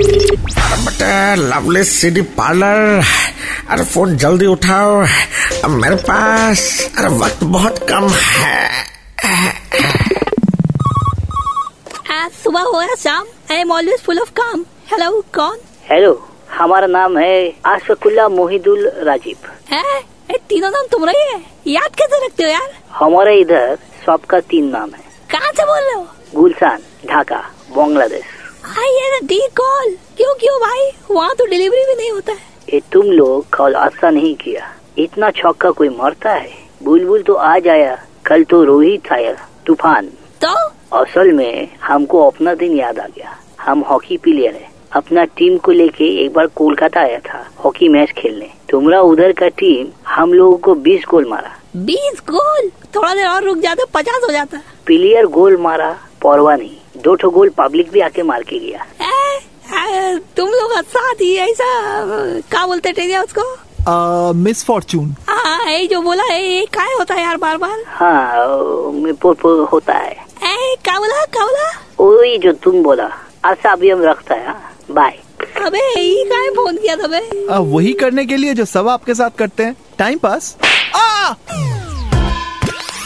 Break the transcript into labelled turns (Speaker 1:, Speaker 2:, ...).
Speaker 1: But lovely city parlour अरे phone जल्दी उठाओ अब मेरे पास अरे वक्त बहुत कम है
Speaker 2: आज हाँ, सुबह हो या शाम I am always full of काम हेलो कौन
Speaker 3: हेलो हमारा नाम है आसफुल्ला मोहिदुल राजीव
Speaker 2: है ये तीनों नाम तुम रही है याद कैसे रखते हो यार
Speaker 3: हमारे इधर शॉप का तीन नाम है
Speaker 2: कहाँ से बोल रहे हो
Speaker 3: Gulshan Dhaka Bangladesh
Speaker 2: I N D call क्यों क्यों भाई वहाँ तो डिलीवरी भी नहीं होता है
Speaker 3: ये तुम लोग कॉल अच्छा नहीं किया इतना छक्का कोई मरता है बुलबुल तो आज आया कल तो रोहित आया तूफान
Speaker 2: तो
Speaker 3: असल में हमको अपना दिन याद आ गया हम हॉकी प्लेयर है अपना टीम को लेके एक बार कोलकाता आया था हॉकी मैच खेलने तुमरा उधर का टीम हम लोगों को 20 गोल मारा
Speaker 2: बीस गोल थोड़ा देर और रुक जाते पचास हो जाता
Speaker 3: प्लेयर गोल मारा परवा नहीं दो ठो गोल पब्लिक भी आके मार के गया
Speaker 2: ए, ए, तुम लोग साथ ही ऐसा अ, क्या बोलते टेरिया उसको
Speaker 4: मिस फॉर्चून
Speaker 2: हाँ ये जो बोला है ये काय होता है यार बार बार
Speaker 3: हाँ ओ, में पो, पो होता है
Speaker 2: ए क्या बोला क्या बोला
Speaker 3: वही जो तुम बोला आशा अभी हम रखता है हाँ? बाय
Speaker 2: अबे ये काय फोन किया था बे
Speaker 4: वही करने के लिए जो सब आपके साथ करते हैं टाइम पास